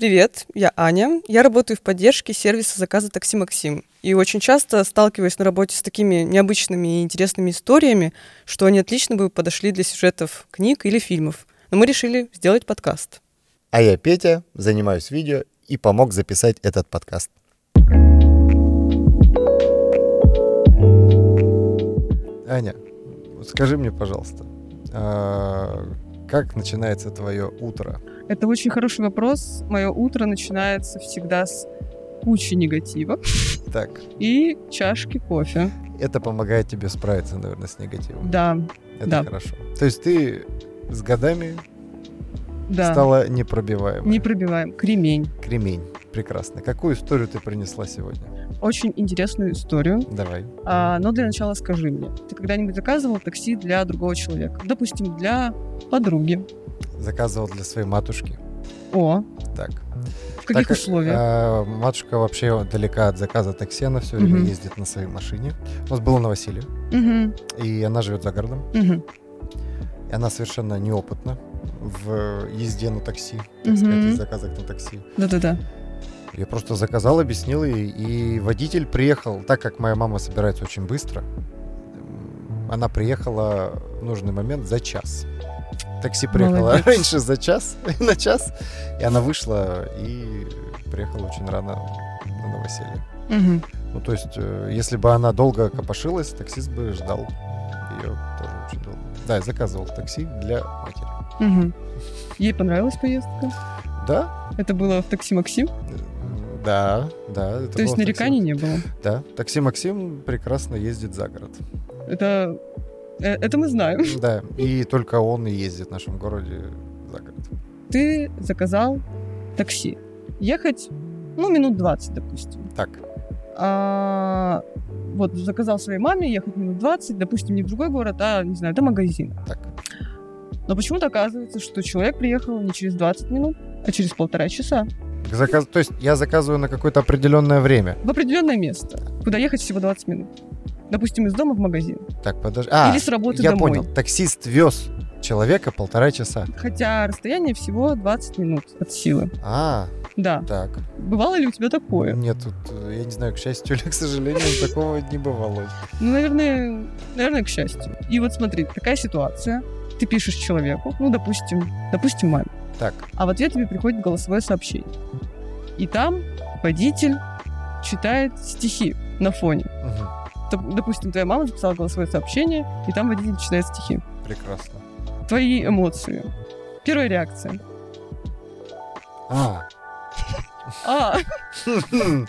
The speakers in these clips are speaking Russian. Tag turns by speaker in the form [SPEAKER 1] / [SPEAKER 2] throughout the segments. [SPEAKER 1] Привет, я Аня. Я работаю в поддержке сервиса заказа такси «Максим». И очень часто сталкиваюсь на работе с такими необычными и интересными историями, что они отлично бы подошли для сюжетов книг или фильмов. Но мы решили сделать подкаст.
[SPEAKER 2] А я Петя, занимаюсь видео и помог записать этот подкаст. Аня, скажи мне, пожалуйста, а, как начинается твое утро?
[SPEAKER 1] Это очень хороший вопрос. Мое утро начинается всегда с кучи негатива
[SPEAKER 2] Так,
[SPEAKER 1] и чашки кофе.
[SPEAKER 2] это помогает тебе справиться, наверное, с негативом.
[SPEAKER 1] Да,
[SPEAKER 2] это
[SPEAKER 1] да.
[SPEAKER 2] хорошо. То есть ты с годами
[SPEAKER 1] да.
[SPEAKER 2] стала непробиваемой.
[SPEAKER 1] Не пробиваем. Кремень.
[SPEAKER 2] Кремень. Прекрасно. Какую историю ты принесла сегодня?
[SPEAKER 1] Очень интересную историю.
[SPEAKER 2] Давай.
[SPEAKER 1] А, но для начала скажи мне, ты когда-нибудь заказывал такси для другого человека? Допустим, для подруги.
[SPEAKER 2] Заказывал для своей матушки.
[SPEAKER 1] О,
[SPEAKER 2] Так.
[SPEAKER 1] в каких
[SPEAKER 2] Так как,
[SPEAKER 1] условиях?
[SPEAKER 2] э, матушка вообще далека от заказа такси, она все время
[SPEAKER 1] Мгм.
[SPEAKER 2] ездит на своей машине. У нас было новоселье,
[SPEAKER 1] Мгм,
[SPEAKER 2] и она живет за городом.
[SPEAKER 1] мгм,
[SPEAKER 2] И она совершенно неопытна в езде на такси, так сказать,
[SPEAKER 1] Мгм.
[SPEAKER 2] из заказок на такси.
[SPEAKER 1] Да-да-да.
[SPEAKER 2] Я просто заказал, объяснил ей, и водитель приехал, так как моя мама собирается очень быстро, м, она приехала в нужный момент за час. Такси приехало
[SPEAKER 1] Молодец.
[SPEAKER 2] раньше за час, на час, и она вышла и приехала очень рано на новоселье.
[SPEAKER 1] Мгм.
[SPEAKER 2] Ну, то есть, э, если бы она долго копошилась, таксист бы ждал ее тоже очень долго. Да, я заказывал такси для матери.
[SPEAKER 1] Мгм. Ей понравилась поездка?
[SPEAKER 2] Да,
[SPEAKER 1] Это было в такси Максим?
[SPEAKER 2] э, да, да. это
[SPEAKER 1] То есть
[SPEAKER 2] было
[SPEAKER 1] нареканий
[SPEAKER 2] такси.
[SPEAKER 1] не было?
[SPEAKER 2] Да, такси Максим прекрасно ездит за город.
[SPEAKER 1] Это... э, Это мы знаем.
[SPEAKER 2] Да, и только он и ездит в нашем городе за город.
[SPEAKER 1] Ты заказал такси. Ехать, ну, минут 20, допустим.
[SPEAKER 2] Так,
[SPEAKER 1] А, вот, заказал своей маме ехать минут 20, допустим, не в другой город, а, не знаю, до магазина.
[SPEAKER 2] Так.
[SPEAKER 1] Но почему-то оказывается, что человек приехал не через 20 минут, а через полтора часа
[SPEAKER 2] к заказ- то есть я заказываю на какое-то определенное время.
[SPEAKER 1] в определенное место, куда ехать всего 20 минут. Допустим, из дома в магазин.
[SPEAKER 2] Так, подожди. А,
[SPEAKER 1] Или с работы
[SPEAKER 2] я
[SPEAKER 1] домой.
[SPEAKER 2] понял. Таксист вез человека полтора часа.
[SPEAKER 1] Хотя расстояние всего 20 минут от силы.
[SPEAKER 2] А,
[SPEAKER 1] Да.
[SPEAKER 2] так.
[SPEAKER 1] Бывало ли у тебя такое?
[SPEAKER 2] Нет, тут, э, я не знаю, к счастью или к сожалению, такого не бывало.
[SPEAKER 1] Ну, наверное, наверное, к счастью. И вот смотри, такая ситуация. Ты пишешь человеку, ну, допустим, допустим, маме.
[SPEAKER 2] Так,
[SPEAKER 1] а в ответ тебе приходит голосовое сообщение. И там водитель читает стихи на фоне.
[SPEAKER 2] мгм,
[SPEAKER 1] Доп- Допустим, твоя мама записала голосовое сообщение, и там водитель читает стихи.
[SPEAKER 2] прекрасно.
[SPEAKER 1] Твои эмоции. Первая реакция.
[SPEAKER 2] А,
[SPEAKER 1] А, ну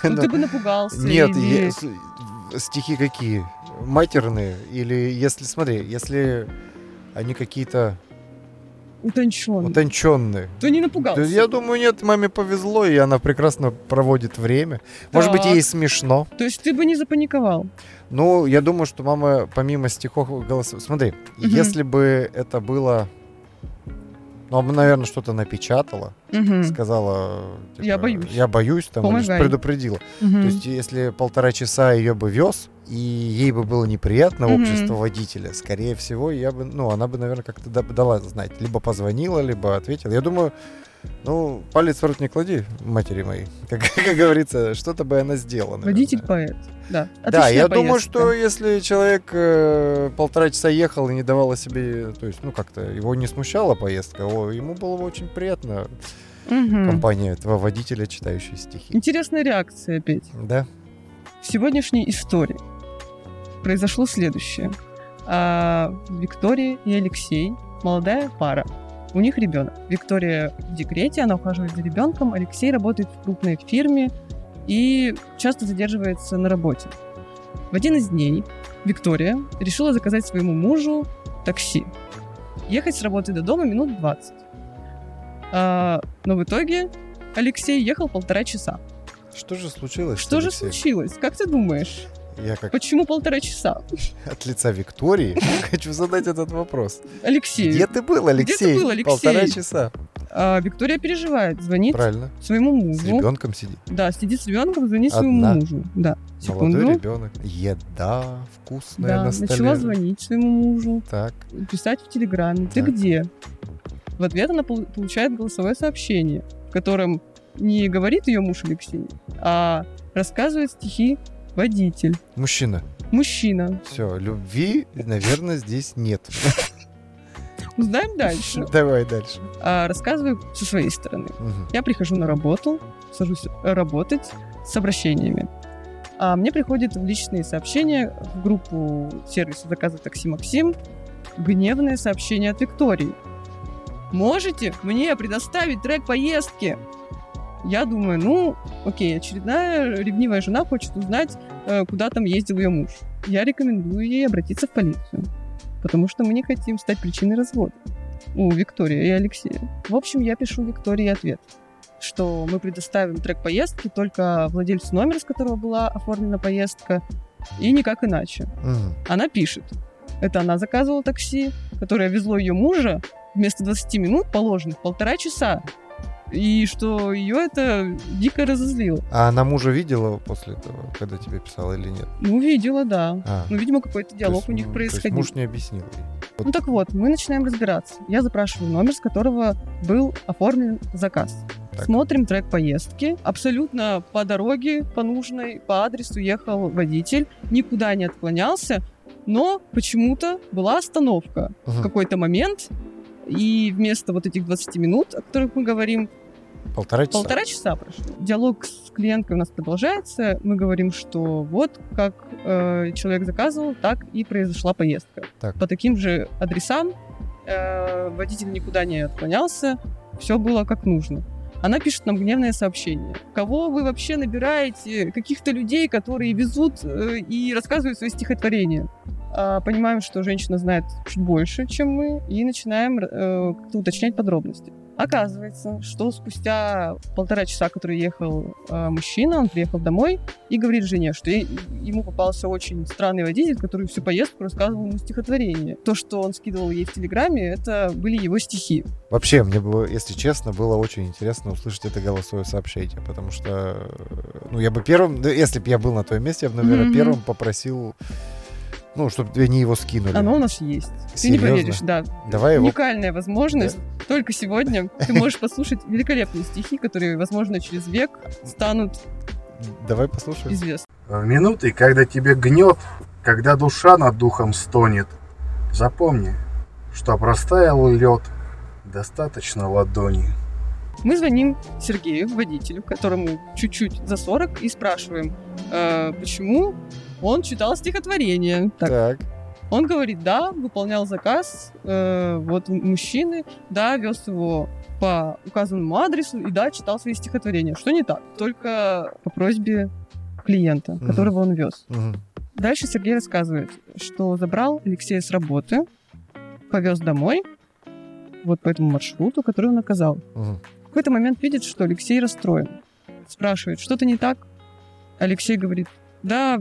[SPEAKER 1] ты
[SPEAKER 2] ну,
[SPEAKER 1] бы напугался.
[SPEAKER 2] Нет,
[SPEAKER 1] или-
[SPEAKER 2] е- с- стихи какие? Матерные? Или если, смотри, если они какие-то
[SPEAKER 1] Утончен.
[SPEAKER 2] утонченные?
[SPEAKER 1] То не
[SPEAKER 2] Да
[SPEAKER 1] напугался.
[SPEAKER 2] я думаю, нет, маме повезло, и она прекрасно проводит время. Может быть, ей
[SPEAKER 1] Так.
[SPEAKER 2] смешно.
[SPEAKER 1] То есть ты бы не запаниковал.
[SPEAKER 2] Ну, я думаю, что мама помимо стихов голосов... Смотри, если бы это было... Ну, она, наверное, что-то напечатала.
[SPEAKER 1] Мгм,
[SPEAKER 2] сказала, типа,
[SPEAKER 1] Я боюсь.
[SPEAKER 2] я боюсь, там, или
[SPEAKER 1] Помогай.
[SPEAKER 2] предупредила.
[SPEAKER 1] мгм.
[SPEAKER 2] То есть, если полтора часа ее бы вез, и ей бы было неприятно
[SPEAKER 1] Мгм.
[SPEAKER 2] общество водителя, скорее всего, я бы, ну, она бы, наверное, как-то да- дала знать. Либо позвонила, либо ответила. Я думаю, ну, палец в рот не клади, матери моей. Как, как говорится, что-то бы она сделала. наверное.
[SPEAKER 1] Водитель поэт. Да.
[SPEAKER 2] Да, я
[SPEAKER 1] Отличная
[SPEAKER 2] думаю,
[SPEAKER 1] поездка.
[SPEAKER 2] что если человек э, полтора часа ехал и не давал о себе, то есть, ну, как-то его не смущала поездка, о, ему было бы очень приятно
[SPEAKER 1] Мгм.
[SPEAKER 2] компания этого водителя, читающая стихи.
[SPEAKER 1] Интересная реакция опять.
[SPEAKER 2] Да?
[SPEAKER 1] В сегодняшней истории произошло следующее. А, Виктория и Алексей, молодая пара. У них ребенок. Виктория в декрете, она ухаживает за ребенком. Алексей работает в крупной фирме и часто задерживается на работе. В один из дней Виктория решила заказать своему мужу такси. Ехать с работы до дома минут 20. А, но в итоге Алексей ехал полтора часа.
[SPEAKER 2] Что же случилось?
[SPEAKER 1] Что же
[SPEAKER 2] Алексей?
[SPEAKER 1] случилось? Как ты думаешь?
[SPEAKER 2] Я как
[SPEAKER 1] Почему полтора часа?
[SPEAKER 2] от лица Виктории хочу задать этот вопрос.
[SPEAKER 1] Алексей.
[SPEAKER 2] Где ты был, Алексей?
[SPEAKER 1] был, Алексей?
[SPEAKER 2] Полтора часа.
[SPEAKER 1] а, Виктория переживает, звонит
[SPEAKER 2] Правильно.
[SPEAKER 1] своему
[SPEAKER 2] С
[SPEAKER 1] мужу.
[SPEAKER 2] ребенком сидит.
[SPEAKER 1] Да, сидит с ребенком, звонит
[SPEAKER 2] Одна.
[SPEAKER 1] своему мужу. Да. Секунду.
[SPEAKER 2] Молодой ребенок. Еда вкусная
[SPEAKER 1] Да,
[SPEAKER 2] Ну, на столе.
[SPEAKER 1] начала звонить своему мужу,
[SPEAKER 2] Так,
[SPEAKER 1] писать в Телеграме. Ты
[SPEAKER 2] Так.
[SPEAKER 1] где? В ответ она пол- получает голосовое сообщение. котором не говорит ее муж Алексей, а рассказывает стихи водитель,
[SPEAKER 2] Мужчина.
[SPEAKER 1] мужчина.
[SPEAKER 2] Все, любви, наверное, здесь нет.
[SPEAKER 1] Узнаем Ну, дальше.
[SPEAKER 2] Давай дальше.
[SPEAKER 1] А рассказываю со своей стороны.
[SPEAKER 2] Мгм.
[SPEAKER 1] Я прихожу на работу, сажусь э, работать с обращениями. А мне приходят личные сообщения в группу сервиса заказа такси «Максим» гневное сообщение от Виктории. «Можете мне предоставить трек поездки?» Я думаю, ну, окей, очередная ревнивая жена хочет узнать, э, куда там ездил ее муж. Я рекомендую ей обратиться в полицию, потому что мы не хотим стать причиной развода у Виктории и Алексея. В общем, я пишу Виктории ответ, что мы предоставим трек поездки только владельцу номера, с которого была оформлена поездка, и никак иначе.
[SPEAKER 2] Мгм.
[SPEAKER 1] Она пишет. Это она заказывала такси, которое везло ее мужа вместо 20 минут положенных полтора часа. И что ее это дико разозлило.
[SPEAKER 2] А она мужа видела после этого, когда тебе писала или нет?
[SPEAKER 1] Ну, видела, да.
[SPEAKER 2] А,
[SPEAKER 1] Ну, видимо, какой-то
[SPEAKER 2] то
[SPEAKER 1] диалог
[SPEAKER 2] есть,
[SPEAKER 1] у них
[SPEAKER 2] м, то есть
[SPEAKER 1] происходил.
[SPEAKER 2] Муж не объяснил ей.
[SPEAKER 1] Ну так вот, мы начинаем разбираться. Я запрашиваю номер, с которого был оформлен заказ.
[SPEAKER 2] Так.
[SPEAKER 1] Смотрим трек поездки. Абсолютно по дороге, по нужной, по адресу ехал водитель, никуда не отклонялся, но почему-то была остановка в
[SPEAKER 2] Мгм.
[SPEAKER 1] какой-то момент, и вместо вот этих 20 минут, о которых мы говорим,
[SPEAKER 2] Полтора часа.
[SPEAKER 1] полтора часа прошло. Диалог с клиенткой у нас продолжается. Мы говорим, что вот как э, человек заказывал, так и произошла поездка.
[SPEAKER 2] Так.
[SPEAKER 1] По таким же адресам э, водитель никуда не отклонялся, все было как нужно. Она пишет нам гневное сообщение. Кого вы вообще набираете? Каких-то людей, которые везут э, и рассказывают свои стихотворения. А, Понимаем, что женщина знает чуть больше, чем мы, и начинаем э, как-то уточнять подробности. Оказывается, что спустя полтора часа, который ехал э, мужчина, он приехал домой и говорит жене, что е- ему попался очень странный водитель, который всю поездку рассказывал ему стихотворение. То, что он скидывал ей в Телеграме, это были его стихи.
[SPEAKER 2] Вообще, мне было, если честно, было очень интересно услышать это голосовое сообщение, потому что, э, ну, я бы первым, да, если бы я был на твоем месте, я бы, наверное,
[SPEAKER 1] Мгм.
[SPEAKER 2] первым попросил, ну, чтобы они его скинули.
[SPEAKER 1] Оно у нас есть. Ты не
[SPEAKER 2] Серьезно?
[SPEAKER 1] поверишь, да.
[SPEAKER 2] Давай его...
[SPEAKER 1] Уникальная возможность. Только сегодня ты можешь послушать великолепные стихи, которые, возможно, через век станут
[SPEAKER 2] Давай послушаем.
[SPEAKER 1] известны.
[SPEAKER 3] В э, минуты, когда тебе гнет, когда душа над духом стонет, запомни, что простаял лед, достаточно ладони.
[SPEAKER 1] Мы звоним Сергею, водителю, которому чуть-чуть за 40, и спрашиваем, э, почему он читал стихотворение. Так,
[SPEAKER 2] Так.
[SPEAKER 1] Он говорит, да, выполнял заказ э, вот у мужчины, да, вез его по указанному адресу и да, читал свои стихотворения. Что не так? Только по просьбе клиента,
[SPEAKER 2] Мгм.
[SPEAKER 1] которого он вез.
[SPEAKER 2] Мгм.
[SPEAKER 1] Дальше Сергей рассказывает, что забрал Алексея с работы, повез домой, вот по этому маршруту, который он оказал.
[SPEAKER 2] Мгм.
[SPEAKER 1] В какой-то момент видит, что Алексей расстроен. Спрашивает, что-то не так? Алексей говорит, да,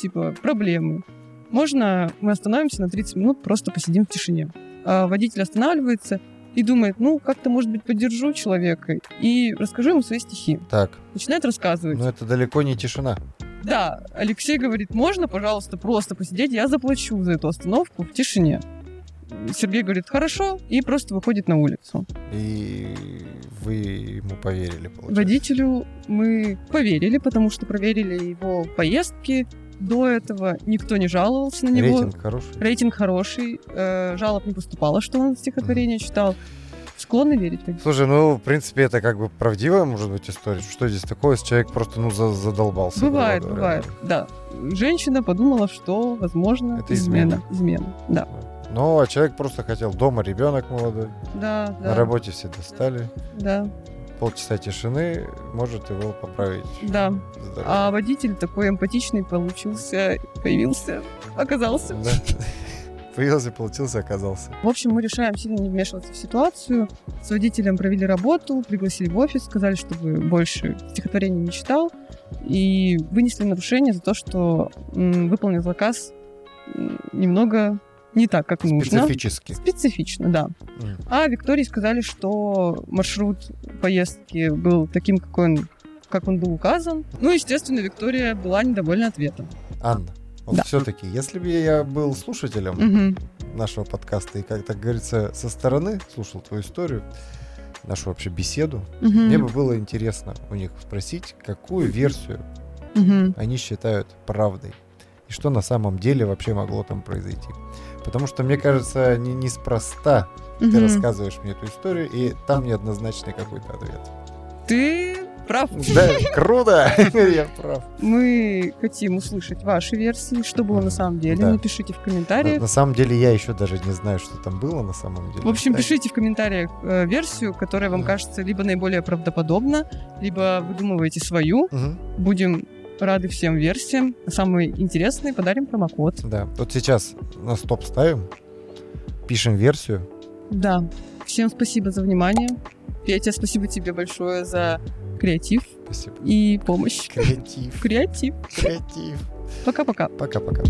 [SPEAKER 1] типа, проблемы. Можно мы остановимся на 30 минут, просто посидим в тишине? А водитель останавливается и думает, ну, как-то, может быть, поддержу человека и расскажу ему свои стихи.
[SPEAKER 2] Так.
[SPEAKER 1] Начинает рассказывать.
[SPEAKER 2] Ну, это далеко не тишина.
[SPEAKER 1] Да, Алексей говорит, можно, пожалуйста, просто посидеть, я заплачу за эту остановку в тишине. Сергей говорит, хорошо, и просто выходит на улицу.
[SPEAKER 2] И вы ему поверили, получается.
[SPEAKER 1] Водителю мы поверили, потому что проверили его поездки. До этого никто не жаловался на него.
[SPEAKER 2] Рейтинг хороший.
[SPEAKER 1] Рейтинг хороший. э, жалоб не поступало, что он стихотворение читал. Склонны верить. водителю.
[SPEAKER 2] Слушай, ну, в принципе, это как бы правдивая, может быть, история. Что здесь такое, если человек просто, ну, за- задолбался? грубо
[SPEAKER 1] Бывает,
[SPEAKER 2] говоря.
[SPEAKER 1] бывает. Да. Женщина подумала, что, возможно,
[SPEAKER 2] Это
[SPEAKER 1] Измена, да.
[SPEAKER 2] Ну, а человек просто хотел дома ребенок молодой,
[SPEAKER 1] Да, да.
[SPEAKER 2] на работе все достали.
[SPEAKER 1] Да,
[SPEAKER 2] Полчаса тишины может его поправить.
[SPEAKER 1] да.
[SPEAKER 2] здоровье.
[SPEAKER 1] А водитель такой эмпатичный получился, появился, оказался.
[SPEAKER 2] Да. Появился, получился, оказался.
[SPEAKER 1] В общем, мы решаем сильно не вмешиваться в ситуацию. С водителем провели работу, пригласили в офис, сказали, чтобы больше стихотворений не читал. И вынесли нарушение за то, что м, выполнил заказ м, немного не так, как нужно.
[SPEAKER 2] Специфически.
[SPEAKER 1] Специфично, да.
[SPEAKER 2] М.
[SPEAKER 1] А Виктории сказали, что маршрут поездки был таким, какой он, как он был указан. Ну, естественно, Виктория была недовольна ответом.
[SPEAKER 2] Анна, вот
[SPEAKER 1] Да.
[SPEAKER 2] все-таки, если бы я был слушателем
[SPEAKER 1] Мгм.
[SPEAKER 2] нашего подкаста и, как так говорится, со стороны слушал твою историю, нашу вообще беседу,
[SPEAKER 1] Мгм.
[SPEAKER 2] мне бы было интересно у них спросить, какую версию
[SPEAKER 1] Мгм.
[SPEAKER 2] они считают правдой. И что на самом деле вообще могло там произойти. Потому что, мне кажется, не, неспроста ты
[SPEAKER 1] Мгм.
[SPEAKER 2] рассказываешь мне эту историю, и там неоднозначный какой-то ответ.
[SPEAKER 1] Ты прав.
[SPEAKER 2] Да, круто! Я прав.
[SPEAKER 1] Мы хотим услышать ваши версии, что было на самом деле.
[SPEAKER 2] Да.
[SPEAKER 1] Напишите в
[SPEAKER 2] На
[SPEAKER 1] комментариях.
[SPEAKER 2] на самом деле я еще даже не знаю, что там было на самом деле.
[SPEAKER 1] В общем,
[SPEAKER 2] Да.
[SPEAKER 1] пишите в комментариях э, версию, которая вам
[SPEAKER 2] Мгм.
[SPEAKER 1] кажется либо наиболее правдоподобна, либо выдумываете свою.
[SPEAKER 2] Мгм,
[SPEAKER 1] Будем рады всем версиям. Самые интересные подарим промокод.
[SPEAKER 2] Да, вот сейчас на стоп ставим, пишем версию.
[SPEAKER 1] Да. Всем спасибо за внимание. Петя, спасибо тебе большое за креатив
[SPEAKER 2] Спасибо.
[SPEAKER 1] и помощь.
[SPEAKER 2] Креатив,
[SPEAKER 1] Креатив.
[SPEAKER 2] креатив.
[SPEAKER 1] Пока-пока.
[SPEAKER 2] Пока-пока.